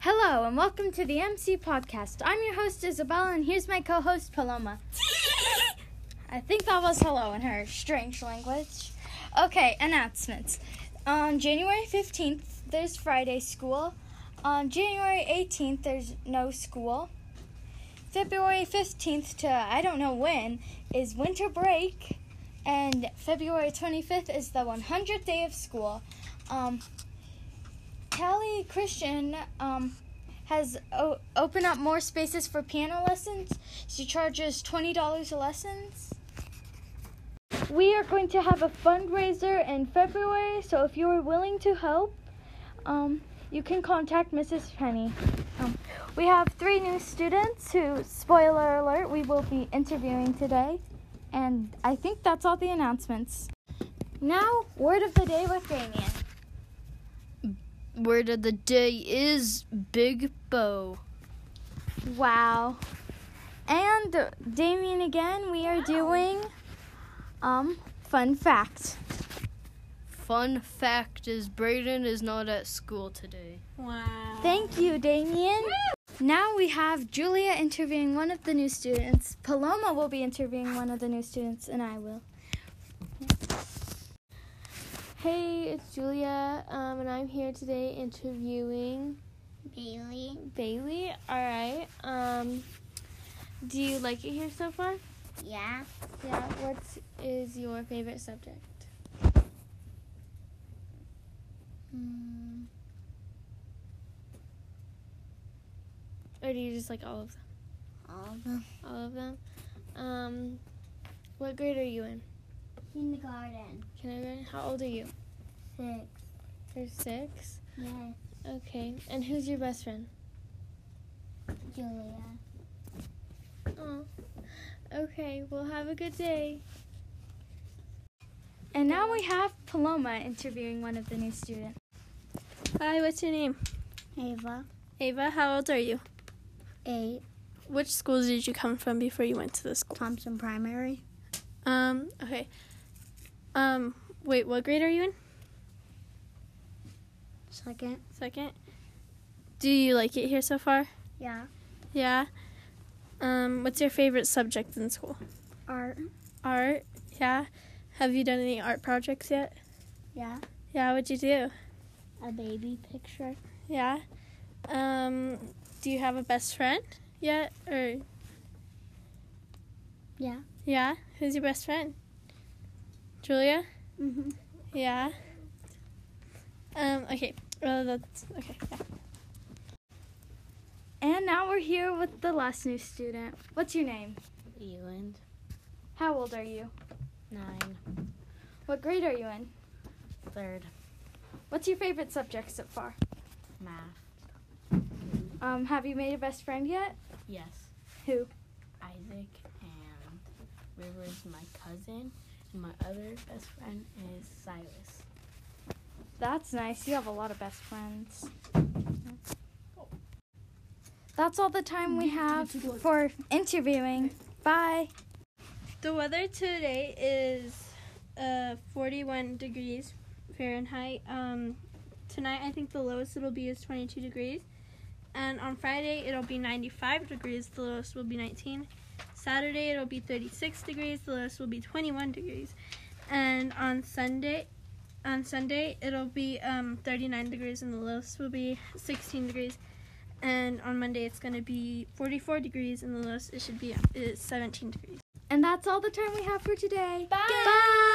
Hello, and welcome to the MC Podcast. I'm your host, Isabella, and here's my co host, Paloma. I think that was hello in her strange language. Okay, announcements. On January 15th, there's Friday school. On January 18th, there's no school. February 15th to I don't know when is winter break. And February 25th is the 100th day of school. Um, Callie Christian um, has o- opened up more spaces for piano lessons. She charges $20 a lessons. We are going to have a fundraiser in February, so if you are willing to help, um, you can contact Mrs. Penny. Um, we have three new students who, spoiler alert, we will be interviewing today. And I think that's all the announcements. Now, word of the day with Damien. Word of the day is Big Bo. Wow. And uh, Damien again, we are doing um fun fact. Fun fact is Brayden is not at school today. Wow. Thank you, Damien. Now we have Julia interviewing one of the new students. Paloma will be interviewing one of the new students and I will. Hey, it's Julia, um, and I'm here today interviewing Bailey. Bailey. All right. Um, do you like it here so far? Yeah. Yeah. What is your favorite subject? Mm, Or do you just like all of them? all of them. All of them. Um, what grade are you in? Kindergarten. Kindergarten. How old are you? Six. You're six. Yes. Okay. And who's your best friend? Julia. Oh. Okay. Well, have a good day. And now we have Paloma interviewing one of the new students. Hi. What's your name? Ava. Ava. How old are you? Eight. Which schools did you come from before you went to this school? Thompson Primary. Um, okay. Um, wait, what grade are you in? Second. Second. Do you like it here so far? Yeah. Yeah. Um, what's your favorite subject in school? Art. Art. Yeah. Have you done any art projects yet? Yeah. Yeah, what'd you do? A baby picture. Yeah. Um, do you have a best friend yet? Or Yeah. yeah, who's your best friend? Julia? Mm-hmm. Yeah. Um, okay. Well, that's okay. Yeah. And now we're here with the last new student. What's your name? Eland, How old are you? nine, What grade are you in? third, What's your favorite subject so far? math. Um, have you made a best friend yet? Yes, Who? Isaac and River's my cousin, and my other best friend is Silas. That's nice. You have a lot of best friends. That's all the time we have for interviewing. Bye. The weather today is uh, 41 degrees Fahrenheit. Um, tonight, I think the lowest it'll be is 22 degrees. And on Friday, it'll be 95 degrees. The lowest will be 19. Saturday, it'll be 36 degrees. The lowest will be 21 degrees. And on Sunday, on Sunday, it'll be um, 39 degrees, and the lowest will be 16 degrees. And on Monday, it's going to be 44 degrees, and the lowest it should be is 17 degrees. And that's all the time we have for today. Bye. Bye.